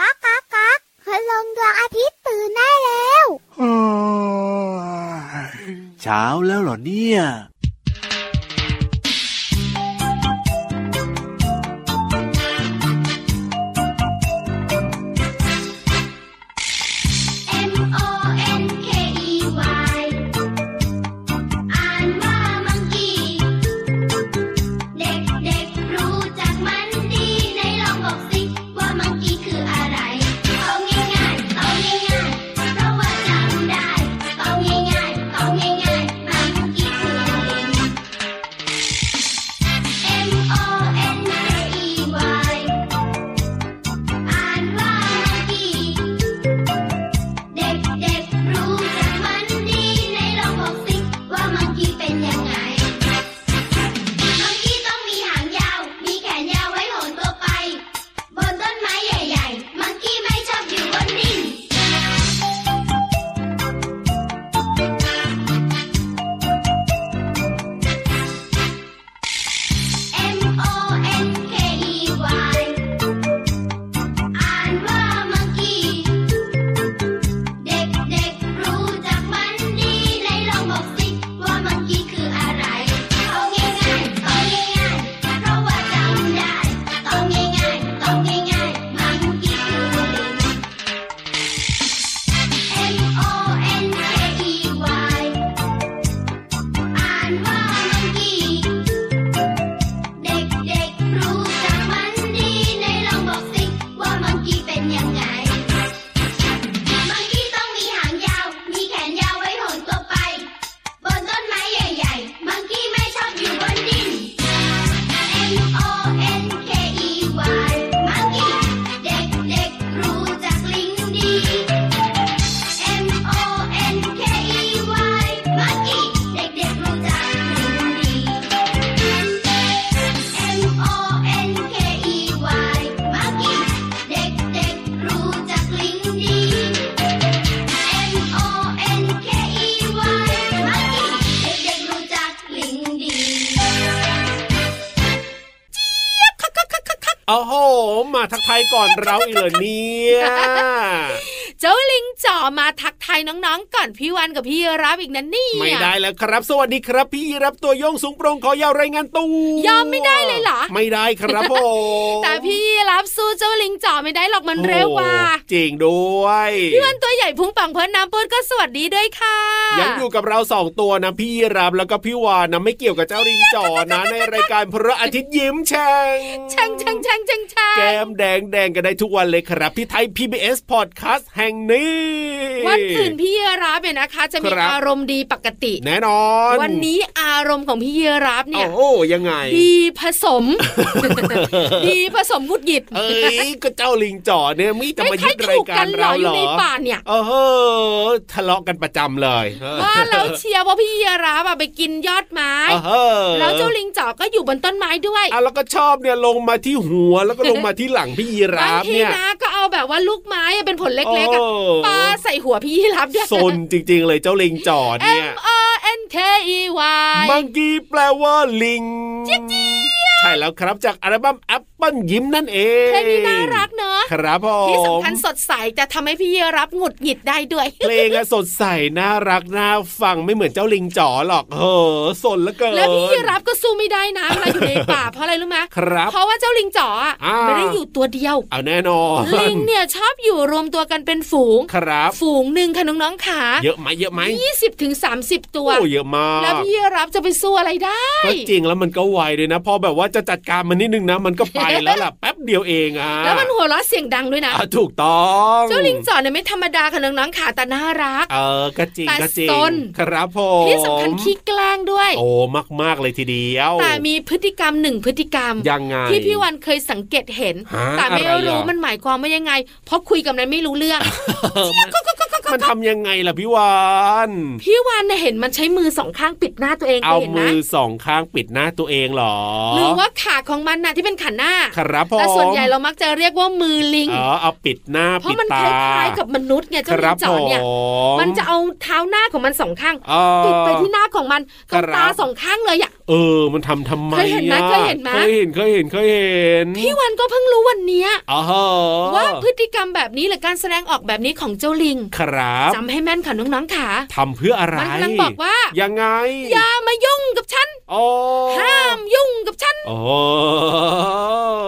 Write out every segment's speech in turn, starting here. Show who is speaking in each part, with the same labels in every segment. Speaker 1: ก๊ากก๊ากก๊ากคืนลงดวงอาทิตย์ตื่นได้แล้ว
Speaker 2: เช้าแล้วเหรอเนี่ย
Speaker 3: M O N K E Y อ่านว่ามังกี้ เด็กๆรู้จักมันดีในลองบอกสิว่ามังกี้คืออะไรเอาง่ายๆเอาง่ายๆเพราะว่าจำได้เอาง่ายๆเอาง่ายๆมังกี้คือลิง M O N K E Y อ่านว่ามังกี้ เด็กๆรู้จักมันดีในลองบอกสิว่ามังกี้เป็นยังไง มังกี้ต้องมีหางยาว มีแขนยาวไว้โหนตัวไป บนต้นไม้ใหญ่ๆ มังกี้ไม่ชอบอยู่บนดิน M O N K E Y อ่านว่ามังกี้ เด็กๆรู้จักมันดีในลองบอกสิว่ามังกี้คืออะไรเอาง่ายๆเอาง่ายๆเพราะว่าจำได้เอาง่ายๆเอาง่ายๆมังกี้คือลิง M O N K E Y อ่านว่ามังกี้ เด็กๆรู้จักมันดีในลองบอกสิว่ามังกี้เป็นยังไง มังกี้ต้องมีหางยาว มีแขนยาวไว้โหนตัวไป บนต้นไม้ใหญ่ๆ มังกี้ไม่ชอบอยู่บนดิน M O N K E Y มังกี้ เด็กๆรู้จักลิงดี M O N K E Y มังกี้ เด็กๆรู้จักลิงดี M O N K E Y มังกี้ เด็กๆรู้จักลิงดี M O N K E Y มังกี้ เด็กๆรู้จักลิงดี
Speaker 4: โอ้โห มาทักทายก่อนเราอีกเลยเนี่ย
Speaker 5: เจ้าลิงจ่อมาทักทายน้องๆ ก่อนพี่วันกับพี่รับอีกนะเนี่ย
Speaker 4: ไม่ได้แล้วครับ สวัสดีครับ พี่รับตัวโยงสูงโปรงขอยาวรายงานตัวย
Speaker 5: อมไม่ได้เลยเหรอ
Speaker 4: ไม่ได้ครับผม
Speaker 5: แต่พี่รับสู้เจ้าลิงจ่อไม่ได้หรอกมันเร็วกว่า
Speaker 4: โอ้จริงด้วย
Speaker 5: พี่วันตัวใหญ่พุงปังเพิ่นน้ำเพิ่นก็สวัสดีด้วยค่ะ
Speaker 4: ยังอยู่กับเราสองตัวนะพี่ยีรับแล้วก็พี่วานนะไม่เกี่ยวกับเจ้าริงจอนะ ในรายการพระอาทิตย์ยิ้มแฉ่ง
Speaker 5: แช่งแช่งแช่งแช่งแช่
Speaker 4: แก้
Speaker 5: ง
Speaker 4: มแดงแดงกันได้ทุกวันเลยครับ ที่ไทย PBS Podcast แห่งนี้
Speaker 5: วันอื่นพี่รับเนี่ยนะคะ จะมี
Speaker 4: ครับ
Speaker 5: อารมณ์ดีปกติ
Speaker 4: แน่นอน
Speaker 5: วันนี้อารมณ์ของพี่รับเนี่ย
Speaker 4: โอ้โหยังไง
Speaker 5: ดีผส ม ดีผสมหงุดหงิด
Speaker 4: เอ้ยก็เจ้าลิงจ่อเนี่ยไม่จะมา
Speaker 5: ใคร
Speaker 4: ยึดราย
Speaker 5: ถูก
Speaker 4: กา
Speaker 5: กั
Speaker 4: ร
Speaker 5: นเหร
Speaker 4: เรา
Speaker 5: ออ
Speaker 4: เหร
Speaker 5: ยู่
Speaker 4: อ
Speaker 5: ในป่าเนี่ย
Speaker 4: เออเฮ้อทะเลาะกันประจำเลยเออ
Speaker 5: ว่าแล้วเชียร์ว่าพี่ยีราฟอะไปกินยอดไม้
Speaker 4: เออเฮ้อ
Speaker 5: แล้วเจ้าลิงจ๋อก็อยู่บนต้นไม้ด้วย
Speaker 4: อ่ะแล้วก็ชอบเนี่ยลงมาที่หัวแล้วก็ลงมาที่หลังพี่ยี
Speaker 5: บา
Speaker 4: ราฟ
Speaker 5: งที
Speaker 4: เนี่ย
Speaker 5: นะก็เอาแบบว่าลูกไม้อะเป็นผลเล็กๆอะ
Speaker 4: โอ้
Speaker 5: ปาใส่หัวพี่ยีราฟด้วย
Speaker 4: ซนจริงๆเลยเจ้าลิงจ่อเนี่ย
Speaker 5: M O N K E Y
Speaker 4: มังกีแปลว่าลิง ใช่แล้วครับจากอัลบั้มแอปเปิลยิ้มนั่นเอง
Speaker 5: เพลงนี้น่ารักเนอะ
Speaker 4: ครับผ
Speaker 5: ที่
Speaker 4: ม
Speaker 5: สำคัญสดใสแต่ทำให้พี่ยีรับหงุดหงิดได้ด้วย
Speaker 4: เพลงอะสดใสน่ารักน่าฟังไม่เหมือนเจ้าลิงจ๋อหรอกเออสนเหลือเกิน
Speaker 5: แล้วพี่ยีรับก็สู้ไม่ได้นะเวลาอยู่ในป่าเพราะอะไรรู้ไหม
Speaker 4: ครับ
Speaker 5: เพราะว่าเจ้าลิงจ๋ออะ
Speaker 4: อ่า
Speaker 5: ไม่ได้อยู่ตัวเดียว
Speaker 4: เอาแน่นอน
Speaker 5: ลิงเนี่ยชอบอยู่รวมตัวกันเป็นฝูง
Speaker 4: ครับ
Speaker 5: ฝูงหนึ่งค่ะน้องๆขา
Speaker 4: เยอะไหมเยอะไหม
Speaker 5: ยี่สิบถึงสามสิบตัว
Speaker 4: โอ้เยอะมาก
Speaker 5: แล้วพี่รับจะไปสู้อะไรได้
Speaker 4: ก็จริงแล้วมันก็ไวเลยนะ พอแบบว่าจะจัดการมันนิดนึงนะ มันก็ไปแล้วล่ะ แป๊บเดียวเองอ่ะ
Speaker 5: แล้วมันหัวเราะเสียงดังด้วยนะ
Speaker 4: อ่ะถูกต้อง
Speaker 5: เจ้าลิงจ่อเนี่ยไม่ธรรมดาค่ะน้องๆขาแต่น่ารัก
Speaker 4: เออก็จริง
Speaker 5: แต่
Speaker 4: ก็จริง
Speaker 5: ซน
Speaker 4: ครับผม
Speaker 5: ที่สำคัญขี้แกล้งด้วย
Speaker 4: โอ้มากๆเลยทีเดียว
Speaker 5: แต่มีพฤติกรรมหนึ่งพฤติกรรม
Speaker 4: ยังไง
Speaker 5: ที่พี่วันเคยสังเกตเห็น
Speaker 4: ฮะ
Speaker 5: แต่ไม่
Speaker 4: อะไรอ่ะ
Speaker 5: รู้มันหมายความว่ายังไง เพราะคุยกับมันไม่รู้เรื่อง
Speaker 4: เออมัน มันทำยังไงล่ะพี่วาน
Speaker 5: พี่วานน่ะเห็นมันใช้มือสองข้างปิดหน้าตัวเอง
Speaker 4: เอา
Speaker 5: เห็น
Speaker 4: มื
Speaker 5: นะ
Speaker 4: อสองข้างปิดหน้าตัวเองเหรอ
Speaker 5: หรือว่าขาของมันน่ะที่เป็นขาหน้า
Speaker 4: ครับผม
Speaker 5: แต่ส่วนใหญ่เรามักจะเรียกว่ามือลิง
Speaker 4: อ๋อเอาปิดหน้า
Speaker 5: เพราะ
Speaker 4: ปิด
Speaker 5: มัน
Speaker 4: ตา
Speaker 5: คล้ายๆกับมนุษย์ไง
Speaker 4: ค
Speaker 5: เจ้าลิ
Speaker 4: รั
Speaker 5: ง
Speaker 4: บ
Speaker 5: จ๋อ
Speaker 4: ผ
Speaker 5: เนี่ย
Speaker 4: ม
Speaker 5: มันจะเอาเท้าหน้าของมันสองข้าง
Speaker 4: อ๋อ
Speaker 5: ปิดไปที่หน้าของมันตรง
Speaker 4: ครับ
Speaker 5: ตาสองข้างเลยอ่ะ
Speaker 4: เออ มันทำทำไม
Speaker 5: เคยเห็นไหม
Speaker 4: อะ
Speaker 5: เคยเห็นไหม
Speaker 4: เคยเห็นเคยเห็นเคยเห็น
Speaker 5: พี่วันก็เพิ่งรู้วันเนี้ย
Speaker 4: อ๋อฮะ
Speaker 5: ว่าพฤติกรรมแบบนี้หรือการแสดงออกแบบนี้ของเจ้าลิง
Speaker 4: ครับ
Speaker 5: จำให้แม่นค่ะน้องๆค่ะ
Speaker 4: ทำเพื่ออะไร
Speaker 5: มันกำลังบอกว่า
Speaker 4: ยังไง
Speaker 5: อย่ามายุ่งกับฉัน
Speaker 4: อ๋อ
Speaker 5: ห้ามยุ่งกับฉัน
Speaker 4: อ๋อ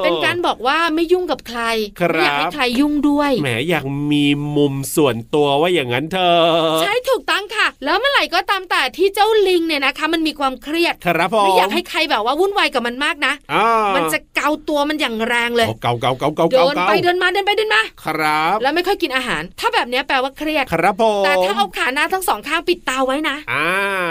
Speaker 5: เป็นการบอกว่าไม่ยุ่งกับใคร
Speaker 4: ครับ
Speaker 5: ไม่อยากให้ใครยุ่งด้วย
Speaker 4: แหมอยากมีมุมส่วนตัวว่าอย่างนั้นเถอะ
Speaker 5: ใช่ถูกต้องค่ะ แล้วเมื่อไหร่ก็ตามแต่ที่เจ้าลิงเนี่ยนะคะ มันมีความเครียด
Speaker 4: ครับผม
Speaker 5: ไม่อยากให้ใครแบบว่าวุ่นวายกับมันมากนะ
Speaker 4: อ่า
Speaker 5: มันจะเกาตัวมันอย่างแรงเลย
Speaker 4: โอ้เกาเกาเกาเกา
Speaker 5: เดิ
Speaker 4: เกาน
Speaker 5: ไปเดินมาเดินไปเดินมา
Speaker 4: ครับ
Speaker 5: แล้วไม่ค่อยกินอาหาร ถ้าแบบเนี้ยแปลว่าเครียด
Speaker 4: ครับผม
Speaker 5: แต่ถ้าเอาขาหน้าทั้งสองข้างปิดตาไว้นะ
Speaker 4: อ่า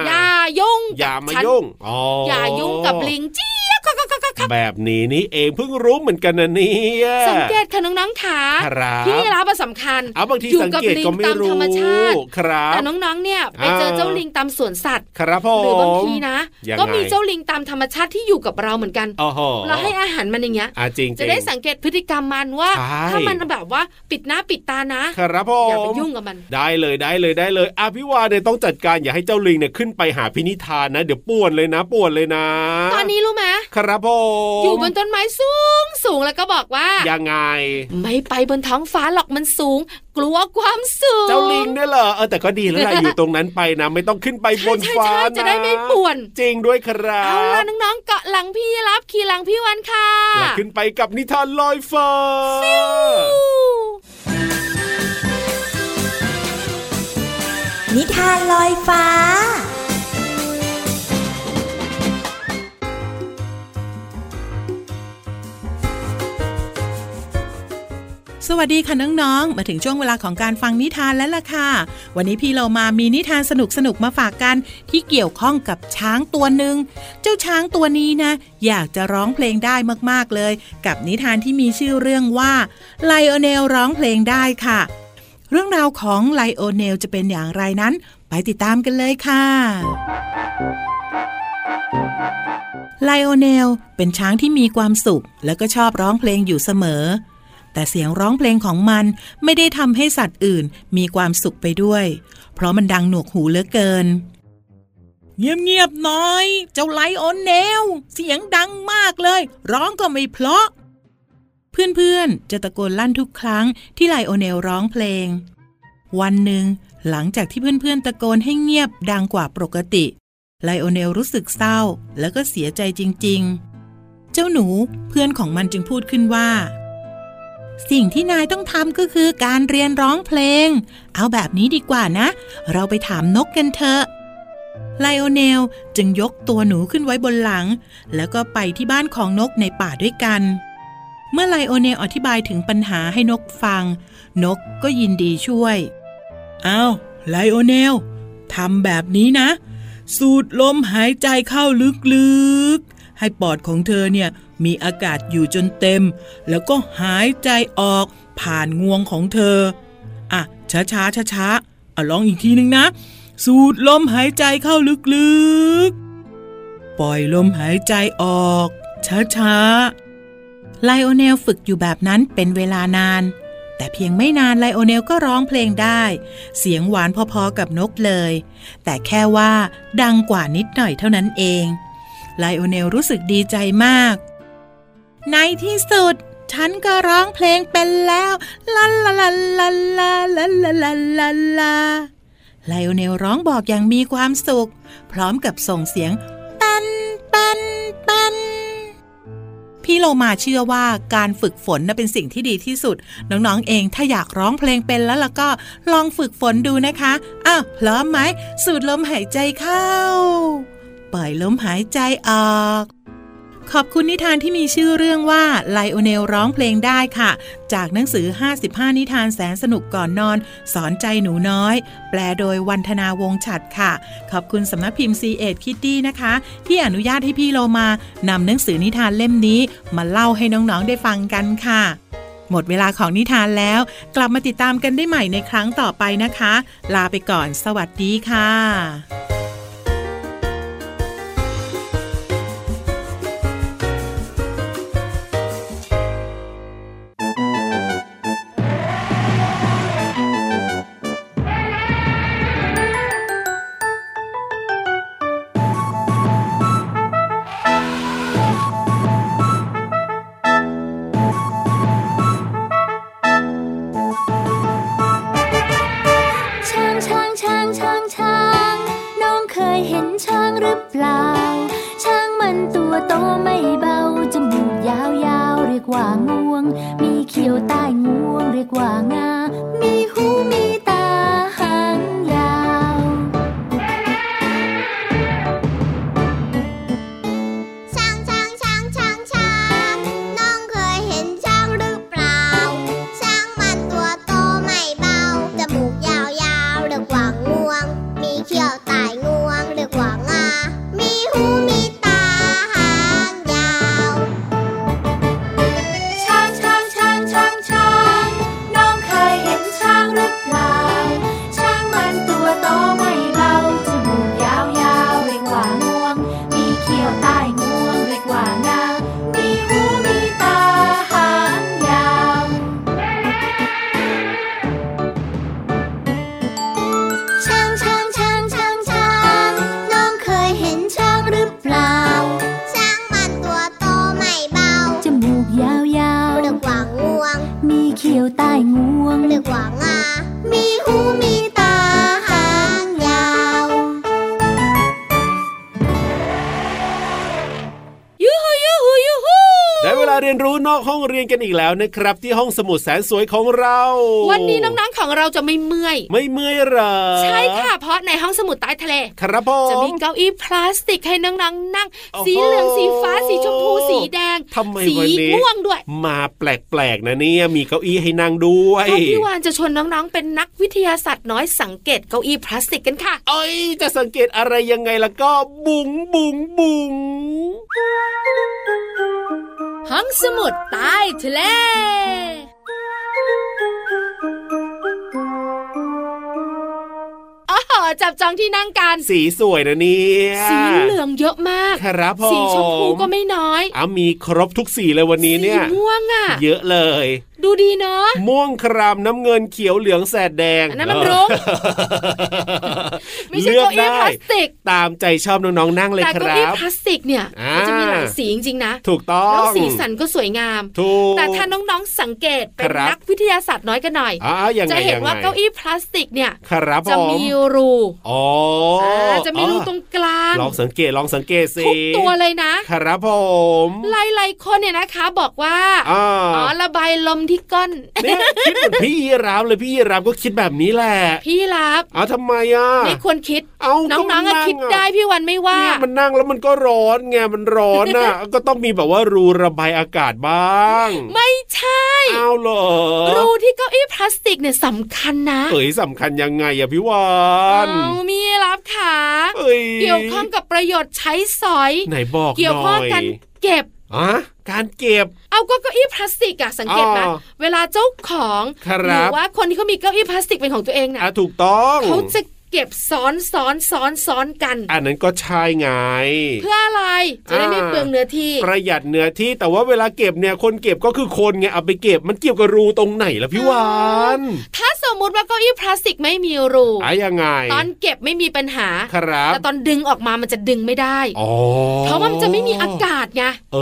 Speaker 5: อย่ายุ่งกับ
Speaker 4: อย่ามา
Speaker 5: ฉัน
Speaker 4: ยุ่งอ๋อ
Speaker 5: อ
Speaker 4: อย่
Speaker 5: ายุ่งกับลิงเจี๊ยบก็ก็ก็ก็ก็
Speaker 4: แบบนี้นี่เองเพิ่งรู้เหมือนกันนะเนี่ย
Speaker 5: สังเกตค่ะน้องๆค่ะ
Speaker 4: ครับ
Speaker 5: พี่รับอะสำคัญ
Speaker 4: เอาบางที
Speaker 5: อยู่
Speaker 4: สัง
Speaker 5: กับ
Speaker 4: เกตก็ไม่
Speaker 5: ลิงตาม
Speaker 4: รู้
Speaker 5: ธรรมชาติ
Speaker 4: ครับ
Speaker 5: แต่น้องๆ เนี่ยไปเจอเจ้าลิงตามสวนสัตว์
Speaker 4: ครับผ
Speaker 5: ห
Speaker 4: ม
Speaker 5: รือบางทีนะ
Speaker 4: ยังไง
Speaker 5: ก็มีเจ้าลิงตามธรรมชาติที่อยู่กับเราเหมือนกัน
Speaker 4: โอ้โห
Speaker 5: เราให้อาหารมันอย่างเงี้ย
Speaker 4: อ่าจริง
Speaker 5: จะได้
Speaker 4: ๆ
Speaker 5: สังเกตพฤติกรรมมันว่า
Speaker 4: ใช่
Speaker 5: ถ้ามันแบบว่าปิดหน้าปิดตานะ
Speaker 4: ครับผม
Speaker 5: อย่าไปยุ่งกับมัน
Speaker 4: ได้เลยได้เลยได้เลยอ่ะพี่วานเนี่ยต้องจัดการอย่าให้เจ้าลิงเนี่ยขึ้นไปหาพินิธานนะ เดี๋ยวป่วนเลยนะป่วนเลยนะ
Speaker 5: ตอนนี้รู้ไหม
Speaker 4: ครับผม
Speaker 5: อยู่บนต้นไม้สูงสูงแล้วก็บอกว่า
Speaker 4: ยังไง
Speaker 5: ไม่ไปบนท้องฟ้าหรอกมันสูง กลัวความสูง
Speaker 4: เจ้าลิงเนี่ยเหรอเออแต่ก็ดีแล้ว ล่ะ อยู่ตรงนั้นไปนะ ไม่ต้องขึ้นไปบน
Speaker 5: ใช่
Speaker 4: ฟ้า
Speaker 5: ใช่
Speaker 4: น
Speaker 5: จะได้ไม่ป่วน
Speaker 4: จริงด้วยครับ
Speaker 5: เอาล่ะน้องๆเกาะหลังพี่รับขี่หลังพี่วันค่ะ
Speaker 4: อย่าขึ้นไปกับนิทานลอยฟ้า
Speaker 6: นิทานลอยฟ้า
Speaker 7: สวัสดีค่ะน้องๆ มาถึงช่วงเวลาของการฟังนิทานแล้วล่ะค่ะ วันนี้พี่เรามามีนิทานสนุกๆ มาฝากกันที่เกี่ยวข้องกับช้างตัวหนึ่ง เจ้าช้างตัวนี้นะ อยากจะร้องเพลงได้มากๆเลย กับนิทานที่มีชื่อเรื่องว่าไลโอเนลร้องเพลงได้ค่ะ เรื่องราวของไลโอเนลจะเป็นอย่างไรนั้น ไปติดตามกันเลยค่ะ ไลโอเนลเป็นช้างที่มีความสุข และก็ชอบร้องเพลงอยู่เสมอ แต่เสียงร้องเพลงของมันไม่ได้ทำให้สัตว์อื่นมีความสุขไปด้วย เพราะมันดังหนวกหูเหลือเกิน เงียบๆหน้อย เจ้าไลโอเนลเสียงดังมากเลย ร้องก็ไม่เพราะ เพื่อนๆ จะตะโกนลั่นทุกครั้งที่ไลโอเนลร้องเพลง วันหนึ่ง หลังจากที่เพื่อนๆ ตะโกนให้เงียบดังกว่าปกติ ไลโอเนลรู้สึกเศร้าแล้วก็เสียใจจริงๆ เจ้าหนูเพื่อนของมันจึงพูดขึ้นว่า สิ่งที่นายต้องทำก็คือการเรียนร้องเพลง เอาแบบนี้ดีกว่านะ เราไปถามนกกันเถอะ ไลโอเนลจึงยกตัวหนูขึ้นไว้บนหลัง แล้วก็ไปที่บ้านของนกในป่าด้วยกัน เมื่อไลโอเนลอธิบายถึงปัญหาให้นกฟัง นกก็ยินดีช่วย เอาไลโอเนลทำแบบนี้นะ สูดลมหายใจเข้าลึกๆ ให้ปอดของเธอเนี่ยมีอากาศอยู่จนเต็ม แล้วก็หายใจออกผ่านงวงของเธอ อ่ะ ช้าช้าช้าช้าๆอ่ะลองอีกทีนึงนะ สูดลมหายใจเข้าลึกๆ ปล่อยลมหายใจออก ช้าช้าๆไลโอเนลฝึกอยู่แบบนั้นเป็นเวลานาน แต่เพียงไม่นานไลโอเนลก็ร้องเพลงได้ เสียงหวานพอๆกับนกเลย แต่แค่ว่าดังกว่านิดหน่อยเท่านั้นเอง ไลโอเนลรู้สึกดีใจมาก ในที่สุด ฉันก็ร้องเพลงเป็นแล้วลาลาลาลาลาลาลาลาลาลาไลโอเนลร้องบอกอย่างมีความสุข พร้อมกับส่งเสียง ปันปันปันพี่โลมาเชื่อว่าการฝึกฝนน่ะเป็นสิ่งที่ดีที่สุด น้องๆเองถ้าอยากร้องเพลงเป็นแล้วล่ะก็ลองฝึกฝนดูนะคะอ้าวพร้อมไหมสูดลมหายใจเข้า ปล่อยลมหายใจออก ขอบคุณนิทานที่มีชื่อเรื่องว่าไลโอเนลร้องเพลงได้ค่ะ จากหนังสือ 55 นิทานแสนสนุกก่อนนอน สอนใจหนูน้อย แปลโดยวันธนาวงศ์ฉัดค่ะ ขอบคุณสำนักพิมพ์ c ีเอ็ดคิตตี้นะคะ ที่อนุญาตให้พี่โลมานำหนังสือนิทานเล่มนี้ มาเล่าให้น้องๆได้ฟังกันค่ะ หมดเวลาของนิทานแล้ว กลับมาติดตามกันได้ใหม่ในครั้งต่อไปนะคะ ลาไปก่อนสวัสดีค่ะ
Speaker 3: ช้างช้างช้างช้างช้างน้องเคยเห็นช้างหรือเปล่า ช้างมันตัวโตไม่เบา จมูกยาวยาวๆเรียกว่างวง มีเขียวใต้งวงเรียกว่างา มีหูมีตาหางยาว
Speaker 1: ช้างช้างช้างช้างช้างน้องเคยเห็นช้างหรือเปล่า ช้างมันตัวโตไม่เบา จมูกยาวยาวๆเรียกว่างวง มีเขี้ยวไต่งวงเรียกว่างา มีหูมีตาหางยาว
Speaker 3: ช้างช้างช้างช้างช้างน้องเคยเห็นช้างหรือเปล่า ช้างมันตัวโตไม่เบาจมูกยาวยาวๆเรียกว่างวง มีเขี้ยวใต้งวงเรียกว่างา มีหูมีตาหางยาว ช้างช้างช้างช้างช้างน้องเคยเห็นช้างหรือเปล่า
Speaker 1: ช้างมันตัวโตไม่เบา
Speaker 3: จมูกยาวยาว
Speaker 1: เรียกว่างวง
Speaker 3: ๆมีเขี้ยวใต้งวง
Speaker 1: เรียกว่างา มีหูมีตาหางยาว
Speaker 5: ยูฮูยูฮูยูฮู
Speaker 4: ได้เวลาเรียนรู้นอกห้องเรียนกันอีกแล้วนะครับ ที่ห้องสมุดแสนสวยของเรา
Speaker 5: วันนี้น้องๆของเราจะไม่เมื่อย
Speaker 4: ไม่เมื่อยเหรอ
Speaker 5: ใช่ค่ะ เพราะในห้องสมุดใต้ทะเล
Speaker 4: ครับผม
Speaker 5: จะมีเก้าอี้พลาสติกให้น้องๆนั่ง
Speaker 4: โอ้โห
Speaker 5: สีเหลืองสีฟ้าสีชมพูสีแดง
Speaker 4: ทำไม
Speaker 5: สี
Speaker 4: วันนี้
Speaker 5: ม่วงด้วย
Speaker 4: มาแปลกๆนะเนี่ย มีเก้าอี้ให้นั่งด้วย
Speaker 5: ก็พี่วานจะชวนน้องๆ เป็นนักวิทยาศาสตร์น้อยสังเกตเก้าอี้พลาสติกกันค่ะ
Speaker 4: เอ้ยจะสังเกตอะไรยังไงล่ะก็บุ๋งบุ๋งบุ๋ง
Speaker 5: ห้องสมุดใต้ทะเล อ๋อ จับจองที่นั่งกัน
Speaker 4: สีสวยนะเนี่ย
Speaker 5: สีเหลืองเยอะมาก
Speaker 4: ครับผม
Speaker 5: สีชมพูก็ไม่น้อย
Speaker 4: อ่ะมีครบทุกสีเลยวันนี้เนี่ย
Speaker 5: สีม่วงอ่ะ
Speaker 4: เยอะเลย
Speaker 5: ดูดีเนาะ
Speaker 4: ม่วงครามน้ำเงินเขียวเหลืองแสดแดง
Speaker 5: อันนั้นมันรุ้ง ไม่ใช่
Speaker 4: เลือก
Speaker 5: เก้าอี้
Speaker 4: ได้
Speaker 5: พลาสติก
Speaker 4: ตามใจชอบน้องๆนั่งเลย
Speaker 5: แต่
Speaker 4: ค
Speaker 5: เก้า
Speaker 4: รั
Speaker 5: อี้
Speaker 4: บ
Speaker 5: พลาสติกเนี่ย
Speaker 4: อ่ามั
Speaker 5: มันจะมีหลายสีจริงๆนะ
Speaker 4: ถูกต้อ
Speaker 5: แล้ว
Speaker 4: ง
Speaker 5: สีสันก็สวยงาม
Speaker 4: ถูก
Speaker 5: แต่ถ้าน้องๆสังเกตเป็น
Speaker 4: ครับ
Speaker 5: นักวิทยาศาสตร์น้อยกันหน่อย
Speaker 4: อ่ายังไง
Speaker 5: จะเห็น
Speaker 4: ยังไง
Speaker 5: ว่าเก้าอี้พลาสติกเนี่ย
Speaker 4: ครับผ
Speaker 5: จะ
Speaker 4: ม
Speaker 5: มีรู
Speaker 4: อ๋อา
Speaker 5: จะมีรูตรงกลาง
Speaker 4: ลองสังเกตลองสังเกตสิ
Speaker 5: ทุกตัวเลยนะครับ
Speaker 4: ผม
Speaker 5: หลายๆคนเนี่ยนะคะ บอกว่า
Speaker 4: อ่า
Speaker 5: อ๋อระบายลมที่ก้น
Speaker 4: เนี่ยคิดเหมือนพี่ยีราฟเลยพี่ยีราฟก็คิดแบบนี้แหละ
Speaker 5: พี่รับ
Speaker 4: เอาทำไมอ่ะ
Speaker 5: ไม่ควรคิด
Speaker 4: เอา
Speaker 5: น้
Speaker 4: ก็
Speaker 5: องๆ
Speaker 4: มั
Speaker 5: อะคิดได้พี่วันไม่ว่า
Speaker 4: เนี่ยมันนั่งแล้วมันก็ร้อนไงมันร้อน น่ะ ก็ต้องมีแบบว่ารูระบายอากาศบ้าง
Speaker 5: ไม่ใช่
Speaker 4: เอาเหรอ
Speaker 5: รูที่เก้าอี้พลาสติกเนี่ยสำคัญนะ
Speaker 4: เอ้ยสำคัญยังไงอะพี่วา
Speaker 5: เอา
Speaker 4: น
Speaker 5: มีรับขา
Speaker 4: เอ้ย
Speaker 5: เกี่ยวข้องกับประโยชน์ใช้สอย
Speaker 4: ไหนบอก
Speaker 5: เกี่ยวข้อง
Speaker 4: หน่
Speaker 5: กัน
Speaker 4: ย
Speaker 5: เก็บ
Speaker 4: อ่ะการเก็บ
Speaker 5: เอาก็เก้าอี้พลาสติกอะสังเกตไหม
Speaker 4: อ๋อ
Speaker 5: เวลาเจ้าของ
Speaker 4: ครั
Speaker 5: ห
Speaker 4: บ
Speaker 5: รือว่าคนที่เขามีเก้าอี้พลาสติกเป็นของตัวเองนะ
Speaker 4: อ่ะถูกต้อง
Speaker 5: เขาจะเก็บซ้อนซ้อนซ้อนซ้อนกัน
Speaker 4: อันนั้นก็ใช่ไง
Speaker 5: เพื่ออะไรจะได้ไม่
Speaker 4: อ่า
Speaker 5: เปลืองเนื้อที่
Speaker 4: ประหยัดเนื้อที่แต่ว่าเวลาเก็บเนี่ยคนเก็บก็คือคนไงเอาไปเก็บมันเกี่ยวกับรูตรงไหนล่ะพี่วาน
Speaker 5: ถ้าสมมุติว่าเก้าอี้พลาสติกไม่มีรู
Speaker 4: อะยังไง
Speaker 5: ตอนเก็บไม่มีปัญหา
Speaker 4: ครับ
Speaker 5: แต่ตอนดึงออกมามันจะดึงไม่ได้
Speaker 4: อ๋อ
Speaker 5: เพราะว่ามันจะไม่มีอากาศไง
Speaker 4: เอ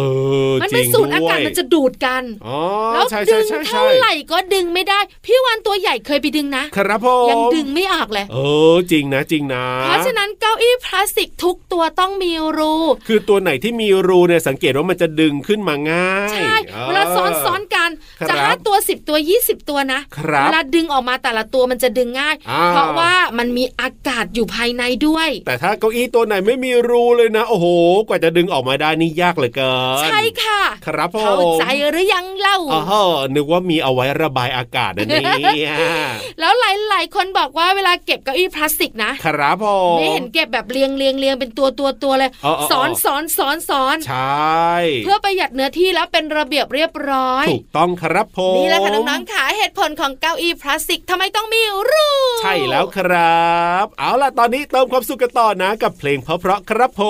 Speaker 4: อ
Speaker 5: มัน
Speaker 4: จริ
Speaker 5: เป็น
Speaker 4: ง
Speaker 5: สูตรอากาศ
Speaker 4: ด้วย
Speaker 5: มันจะดูดกัน
Speaker 4: อ๋อ
Speaker 5: แล้ว
Speaker 4: ใช่
Speaker 5: ดึ
Speaker 4: ใช่
Speaker 5: ง
Speaker 4: ใช่
Speaker 5: เท่า
Speaker 4: ใช่
Speaker 5: ไหร่ก็ดึงไม่ได้ พี่วานตัวใหญ่เคยไปดึงนะ
Speaker 4: ครับผม
Speaker 5: ยังดึงไม่ออกเลย
Speaker 4: เออจริงนะจริงนะ
Speaker 5: เพราะฉะนั้นเก้าอี้พลาสติกทุกตัวต้องมีรู
Speaker 4: คือตัวไหนที่มีรูเนี่ยสังเกตว่ามันจะดึงขึ้นมาง่าย
Speaker 5: ใช่
Speaker 4: ออ
Speaker 5: เวลาซ้อนซ้อนๆกัน
Speaker 4: ครับ
Speaker 5: จะห้าตัวสิบตัวยี่สิบตัวนะครับเวลาดึงออกมาแต่ละตัวมันจะดึงง่าย
Speaker 4: อ่า
Speaker 5: เพราะว่ามันมีอากาศอยู่ภายในด้วย
Speaker 4: แต่ถ้าเก้าอี้ตัวไหนไม่มีรูเลยนะ โอ้โห กว่าจะดึงออกมาได้นี่ยากเหลือเกิน
Speaker 5: ใช่ค่ะ
Speaker 4: ครับผม
Speaker 5: เข้าใจหรือยังเล่า
Speaker 4: อ๋อนึกว่ามีเอาไว้ระบายอากาศนะเนี่ย
Speaker 5: แล้วหลาย ๆ คนบอกว่าเวลาเก็บเก้าอี้พลาสติกนะครับ
Speaker 4: ผม
Speaker 5: ไม่เห็นเก็บแบบเรียงเรียงเรียงเป็นตัวตัวตัวเลย
Speaker 4: อ๋ออ๋ออ๋อ
Speaker 5: ซ้อนซ้อนซ้อนซ้อน
Speaker 4: ใช่
Speaker 5: เพื่อประหยัดเนื้อที่แล้วเป็นระเบียบเรียบร้อย
Speaker 4: ถูก ต้องครับผม
Speaker 5: นี่แหละค่ะน้องๆขาเหตุผลของเก้าอี้พลาสติกทำไมต้องมีรู
Speaker 4: ใช่แล้วครับ เอาล่ะตอนนี้เติมความสุขกันต่อนะกับเพลงเพราะๆครับผ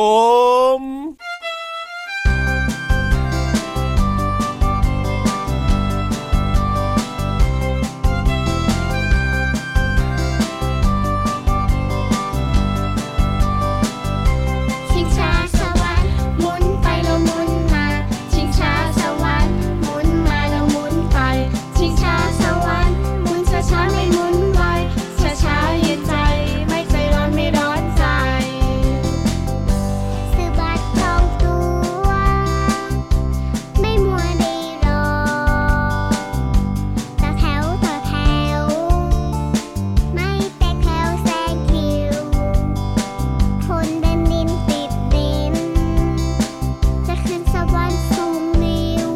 Speaker 4: ม
Speaker 8: ชิงช้าสวรรค์หมุนไปแล้วหมุนมา ชิงช้าสวรรค์หมุนมาแล้วหมุนไป ชิงช้าสวรรค์หมุนช้าช้าๆไม่หมุนไวช้าช้าๆเย็นใจไม่ใจร้อนไม่ร้อนใจ
Speaker 1: สะบัดทองตัว ไม่มัวรีรอต่อแถวต่อแถว ไม่แต่แถวแซงคิว คนเดินดินติดดิน จะขึ้นสวรรค์สูงนิว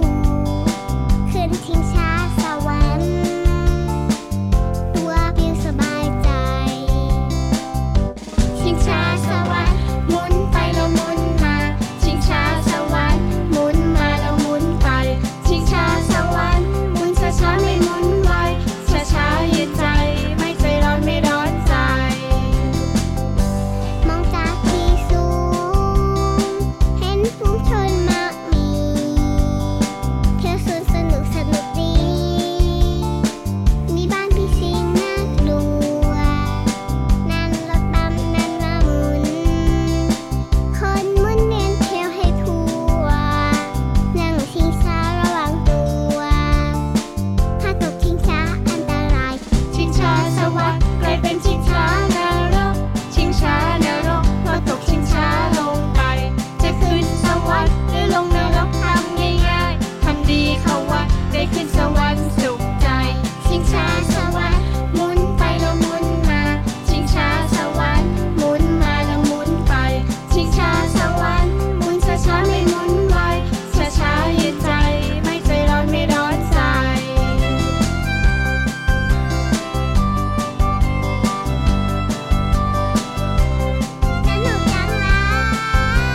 Speaker 1: ขึ้นทิ้งช้าสวรรค์ ตัวปิวสบายใจ
Speaker 8: ชิงช้าสวรรค์หมุนไปแล้วหมุนมา ชิงช้าสวรรค์หมุนมาแล้วหมุนไป ชิงช้าสวรรค์หมุนช้าช้าๆไม่หมุนไวช้าช้าๆเย็นใจไม่ใจร้อนไม่ร้อนใจ
Speaker 1: มองจากที่สูง เห็นฝูงชนมากมีเที่ยวสวนสนุกสนุกดี มีบ้านพี่สิงน่ากลัว นั่นรถบัมนั่นลามุน คนหมุนเวียนเที่ยวให้ทั่วนั่งชิงช้าระวังตัวถ้าตกชิงช้าอันตราย
Speaker 8: ชิงช้าสวัสดิ์กลายเป็นชิงช้านรก ชิงช้านรกพอตกชิงช้าลงไป จะขึ้นสวรรค์หรือลงนรกทำง่ายๆทำดีเข้าวัดได้ขึ้นสวรรค์สุขใจ ชิงช้าสวรรค์หมุนไปแล้วหมุนมา ชิงช้าสวรรค์หมุนมาแล้วหมุนไป ชิงช้าสวรรค์หมุนช้าๆไม่หมุนไวช้าๆเย็นใจไม่ใจร้อนไม่ร้อนใจ
Speaker 1: สนุกจังเลย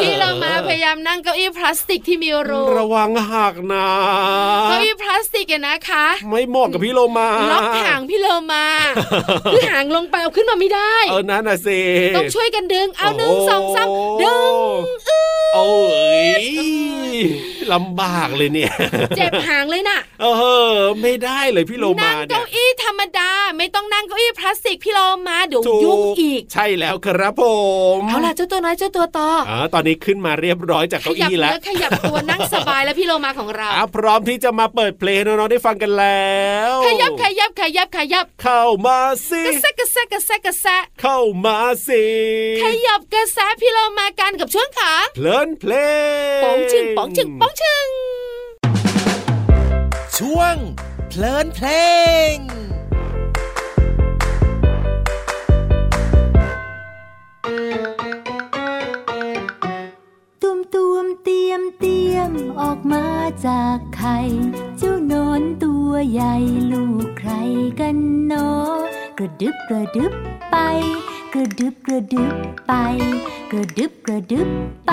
Speaker 5: พี่เรามาพยายามนั่งเก้าอี้พลาสติกที่มีรู
Speaker 4: ระวังหักนะ
Speaker 5: เก้าอี้พลาสติกอะนะคะ
Speaker 4: ไม่เหมาะกับพี่โลมา
Speaker 5: ล็อกหางพี่เรามาคือหางลงไปเอาขึ้นมาไม่ได้
Speaker 4: เออนั่นน่ะสิ
Speaker 5: ต้องช่วยกันดึงเอาหนึ่ง
Speaker 4: โโ
Speaker 5: สองสามดึง
Speaker 4: โอ้ยลำบากเลยเนี่ย
Speaker 5: เจ็บหางเลยน่ะ
Speaker 4: เออ ไม่ได้เลยพี่โลมา
Speaker 5: นั่ง
Speaker 4: เนี่
Speaker 5: เก้ายอี้ธรรมดา ไม่ต้องนั่งเก้าอี้พลาสติกพี่เรามาเดี๋ยว
Speaker 4: ถู
Speaker 5: ยุ่งอีก
Speaker 4: ใช่แล้วครับผม
Speaker 5: เอาล่ะเจ้าตัวน้อยเจ้าตัวต่อ
Speaker 4: อ่าตอนนี้ขึ้นมาเรียบร้อยจาก
Speaker 5: ข
Speaker 4: เก้า
Speaker 5: ยับ
Speaker 4: อี้แล้ว
Speaker 5: เนื้อขยับตัวนั่งสบายแล้วพี่เรามาของเรา
Speaker 4: อ่ะพร้อมที่จะมาเปิดเพลงให้น้องๆได้ฟังกันแล้ว
Speaker 5: ขยับขยับขยับขยับ
Speaker 4: เข้ามาสิ
Speaker 5: กระแซะกระแซะกระแซะกระแซะ
Speaker 4: เข้ามาสิ
Speaker 5: ขยับกระแซะพี่เรามากันกับช่วงขา
Speaker 4: เพลินเพลง
Speaker 5: ป๋องชึงป๋องชึงป๋องชึง
Speaker 9: ช่วงเพลินเพลง
Speaker 10: ตุมตุมเตรียมเตรียมออกมาจากไข่เจ้าหนอนตัวใหญ่ลูกใครกันเนอกระดึบกระดึบไป กระดึบกระดึบไป กระดึบกระดึบไป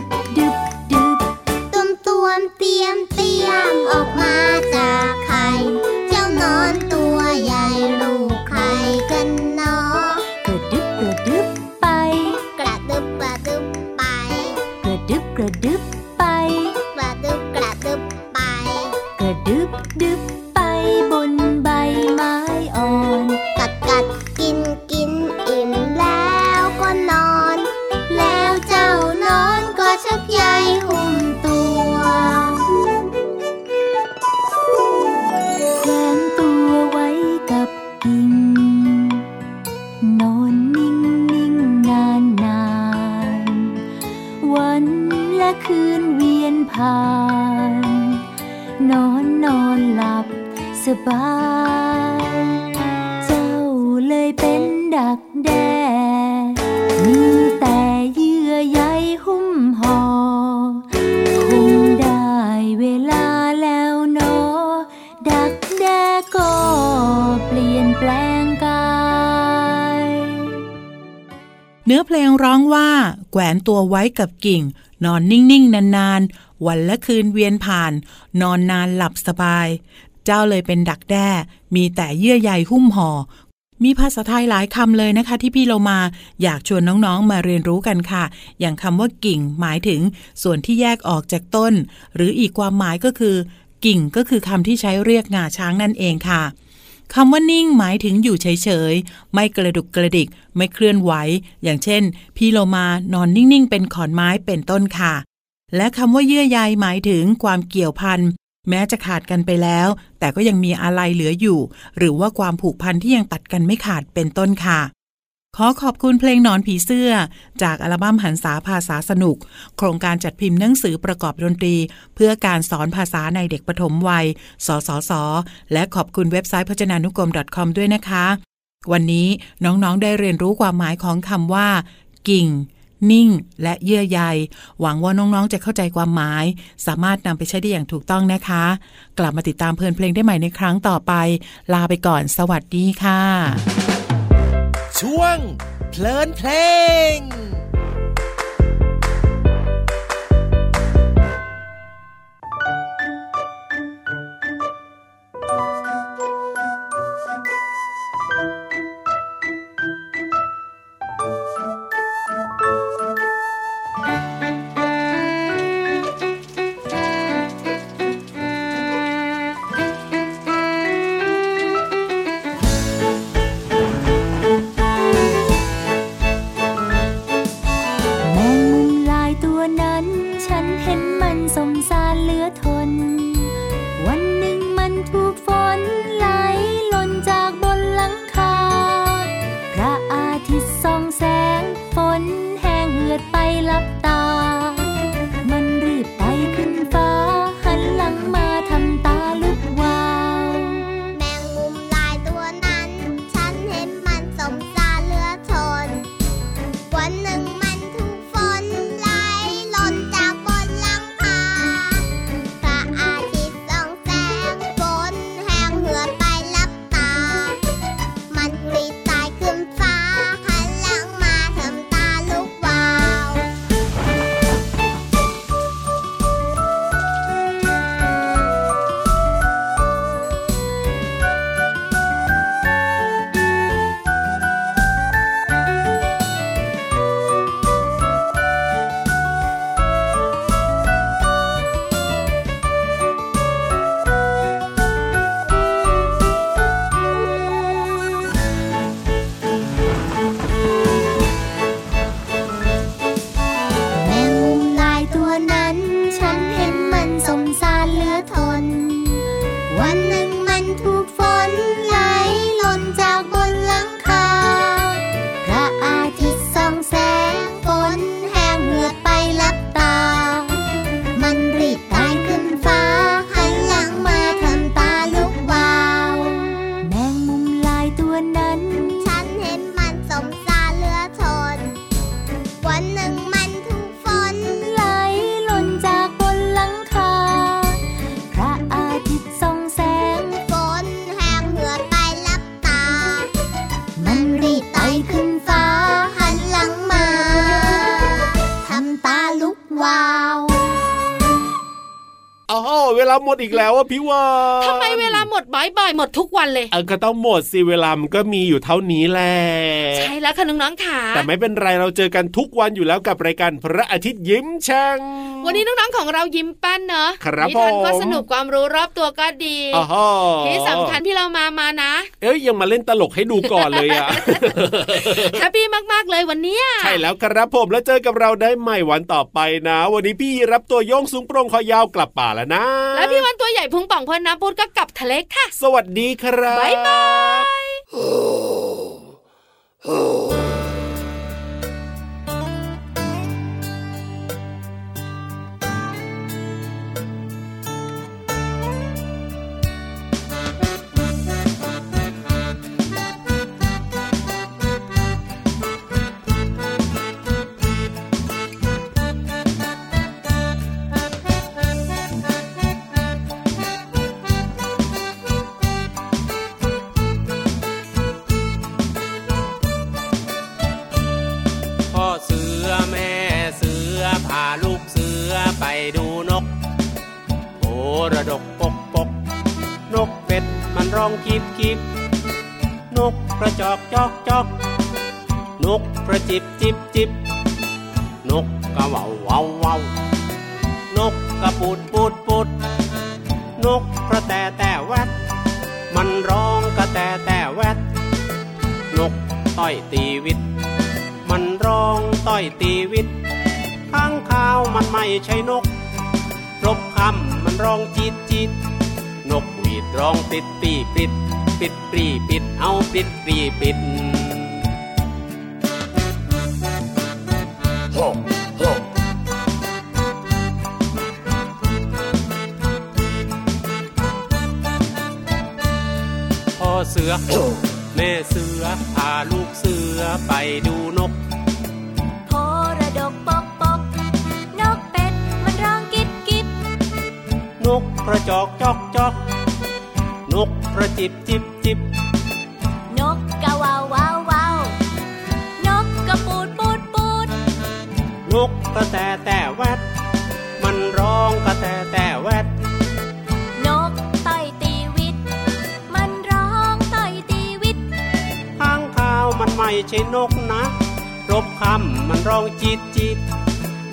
Speaker 10: บดึบดึบ
Speaker 1: ตุมตวมเตรียมเตรียมออกมาจากไข่เจ้านอนตัวใหญ่ลูกไข่กันเนาะ
Speaker 10: กระดึบกระดึบไป
Speaker 1: กระดึบกระดึบไป
Speaker 10: กระดึบกระดึบไป
Speaker 1: กระดึบกระดึบไป
Speaker 10: กระดึบดึบไปบนใบไม้อ่อน
Speaker 1: กัดกัดกินกินอิ่มแล้วก็นอน แล้วเจ้านอนก็ชักใยหุ้มตัว
Speaker 10: แขวนตัวไว้กับกิ่ง นอนนิ่งนิ่งนานนานๆวันและ คืนเวียนผ่าน นอนนอนหลับสบาย เจ้าเลยเป็นดักแด้มีแต่เยื่อใยหุ้มห่อคงได้เวลาแล้วเนอ ดักแด้ก็เปลี่ยนแปลงกาย
Speaker 7: เนื้อเพลงร้องว่า แขวนตัวไว้กับกิ่ง นอนนิ่งๆ นานๆ วันและคืนเวียนผ่าน นอนนานหลับสบาย เจ้าเลยเป็นดักแด้ มีแต่เยื่อใยหุ้มห่อ มีภาษาไทยหลายคำเลยนะคะ ที่พี่เรามาอยากชวนน้องๆมาเรียนรู้กันค่ะ อย่างคำว่ากิ่ง หมายถึง ส่วนที่แยกออกจากต้น หรืออีกความหมายก็คือ กิ่งก็คือคำที่ใช้เรียกงาช้างนั่นเองค่ะ คำว่านิ่งหมายถึงอยู่เฉยๆ ไม่กระดุกกระดิก ไม่เคลื่อนไหว อย่างเช่น พี่โลมานอนนิ่ง ๆ เป็นขอนไม้เป็นต้นค่ะ และคำว่าเยื่อใยหมายถึงความเกี่ยวพัน แม้จะขาดกันไปแล้ว แต่ก็ยังมีอะไรเหลืออยู่ หรือว่าความผูกพันที่ยังตัดกันไม่ขาดเป็นต้นค่ะ ขอขอบคุณเพลงหนอนผีเสื้อ จากอัลบั้มหันษาภาษาสนุก โครงการจัดพิมพ์หนังสือประกอบดนตรี เพื่อการสอนภาษาในเด็กปฐมวัย สสส และขอบคุณเว็บไซต์พจนานุกรม .com ด้วยนะคะ วันนี้น้องๆ ได้เรียนรู้ความหมายของคำว่า กิ่ง นิ่ง และเยื่อใย หวังว่าน้องๆ จะเข้าใจความหมาย สามารถนำไปใช้ได้อย่างถูกต้องนะคะ กลับมาติดตามเพลินเพลงได้ใหม่ในครั้งต่อไป ลาไปก่อน สวัสดีค่ะ
Speaker 9: ช่วงเพลินเพลง
Speaker 10: แมงมุมลายตัวนั้น ฉันเห็นมันสมสารเหลือทน วันหนึ่งมันถูกฝนไหลหล่นจากบนหลังคา พระอาทิตย์ส่องแสงฝนแห้งเหือดไปลับตา มันรีบไต่ขึ้นฟ้า หันหลังมาทำตาลุกวาว
Speaker 1: แมงมุมลายตัวนั้น ฉันเห็นมันสมสารเหลือทน วันหนึ่งมันถูกฝนไหลหล่นจากบนหลังคาพระอาทิตย์ส่องแสงฝนแห้งเหือดไปลับตา มันรีบตายขึ้นฟ้า หันหลังมาทำตาลุกวาว แมงมุมลายตัวนั้น ฉันเห็นมันสมสารเหลือทน วันหนึ่งมันถูกฝนไหลหล่นจากบนหลังคา พระอาทิตย์ส่องแสงฝนแห้งเหือดไปลับตา มันรีบตายขึ้นฟ้า หันหลังมาทำตาลุกวาว
Speaker 10: แมงมุมลายตัวนั้น
Speaker 1: ฉันเห็นมันสมสารเหลือทน วันหนึ่งมันถูกฝน
Speaker 10: ไหลหล่นจากบนหลังคา พระอาทิตย์ส่องแสง
Speaker 1: ฝนแห้งเหือดไปลับตา
Speaker 10: มันรีบไต่ขึ้นฟ้า
Speaker 1: หันหลังมา ทำตาลุกวาว
Speaker 4: อ๋อเวลาหมดอีกแล้วอะพี่วาน
Speaker 5: ทำไมเวลาหมดบ่อยๆหมดทุกวันเลย
Speaker 4: เออก็ต้องหมดสิเวลามันก็มีอยู่เท่านี้แหละ
Speaker 5: ใช่แล้วค่ะน้องๆค่ะ
Speaker 4: แต่ไม่เป็นไรเราเจอกันทุกวันอยู่แล้วกับรายการพระอาทิตย์ยิ้มแฉ่ง
Speaker 5: วันนี้น้องๆของเรายิ้มแป้นเนอะ
Speaker 4: ครับ
Speaker 5: นิทาน
Speaker 4: ผ
Speaker 5: ก็
Speaker 4: ม
Speaker 5: สนุกความรู้รอบตัวก็ดี
Speaker 4: อ๋อ
Speaker 5: ที่สำคัญพี่เรามามา นะ
Speaker 4: เอ้ยยังมาเล่นตลกให้ดูก่อนเลย อะ
Speaker 5: แฮปปี้มากๆเลยวันเนี้ย
Speaker 4: ใช่แล้วครับผมแล้วเจอกับเราได้ใหม่วันต่อไปนะ วันนี้พี่รับตัวโยงสูงโปรงคอยาวกลับป่าแล้วนะ
Speaker 5: แล้วพี่วันตัวใหญ่พุงป่องพอน้ำปูดก็กลับทะเลค่ะ
Speaker 4: สวัสดีครับ
Speaker 5: บ๊ายบาย
Speaker 1: แ
Speaker 11: ดูนกโอระดกปกปกนกเป็ดมันร้องคีบคีบนกกระจอกจอกจอกนกกระจิบจิบจิบนกกระเหว่าเหว่าเหว่านกกระปูดปูดปูดนกกระแตแต่แวดมันร้องกระแตแต่แวดนกต้อยตีวิต มันร้องต้อยตีวิต ข้างข้าวมันไม่ใช่นก รบคำมันร้องจิตจิต นกหวีดร้องปิดปีปิด ปิดปรีปิดเอาปิดปรีปิด พ่อเสือ แม่เสือพาลูกเสือไปดูนก
Speaker 12: โพระดกปกปกนกเป็ดมันร้องกิบกิบ
Speaker 11: นกกระจอกจอกจอกนกกระจิบจิบจิบ
Speaker 12: นกกะวาววาววาวนกกระปูดปูดปูด
Speaker 11: นกกระแตแต่แวดมันร้องกระแตแต่แวด
Speaker 12: นกต่อยตีวิต มันร้องต่อยตีวิต
Speaker 11: ข้างข้าวมันไม่ใช่นกนะ รบคำมันร้องจิตจิต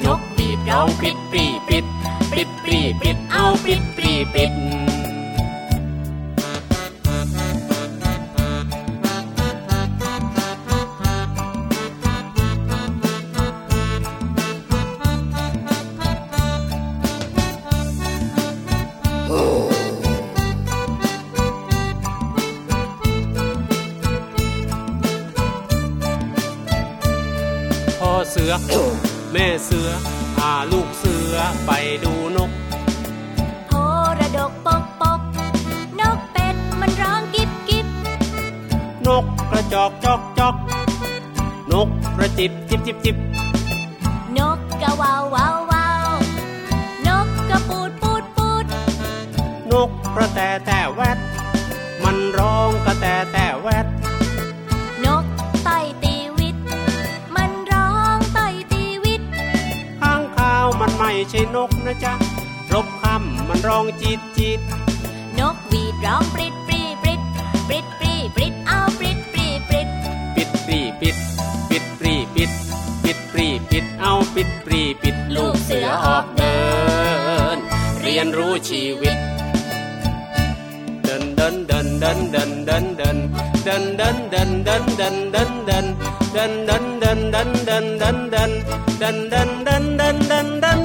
Speaker 11: นกปีบร้องปิดปรีปิด ปิดปรีปิดเอาปิดปรีปิด พ่อเสือ แม่เสือพาลูกเสือไปดูนก
Speaker 12: โพระดกปกปกนกเป็ดมันร้องกิบกิบ
Speaker 11: นกกระจอกจอกจอกนกกระจิบจิบจิบจิบ
Speaker 12: นกกะวาววาววาวนกกระปูดปูดปูด
Speaker 11: นกกระแตแต่แวดมันร้องกระแตแต่แวด
Speaker 12: นกต่อยตีวิต มันร้องต่อยตีวิต
Speaker 11: ข้างข้าวมันไม่ใช่นกนะจ๊ะ รบคำมันร้องจิตจิต
Speaker 12: นกหวีดร้องปริดปรีปริดปริดปรีปริดเอาปริดปรีปริด
Speaker 11: ปิดปรีปิด ปิดปรีปิด ปิดปรีปิดเอาปิดปรีปิดลูกเสือออกเดิน เรียนรู้ชีวิต เดินเดินเดินเดินเดินเดินเดินเดินเดินเดินเดินเดินเดินเดินเดินเดินเดินเดินเดินเดินเดินเดินเดิน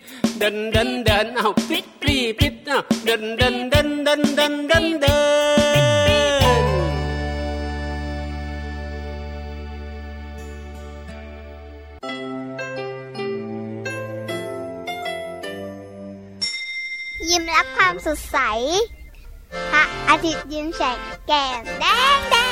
Speaker 11: ดันดันดันอ้าวปิดปรีปิดอ้าวดันดันดันดันดันดันดัน
Speaker 1: ยิ้มรับความสดใส พระอาทิตย์ยิ้มแฉกแก้มแดงแดง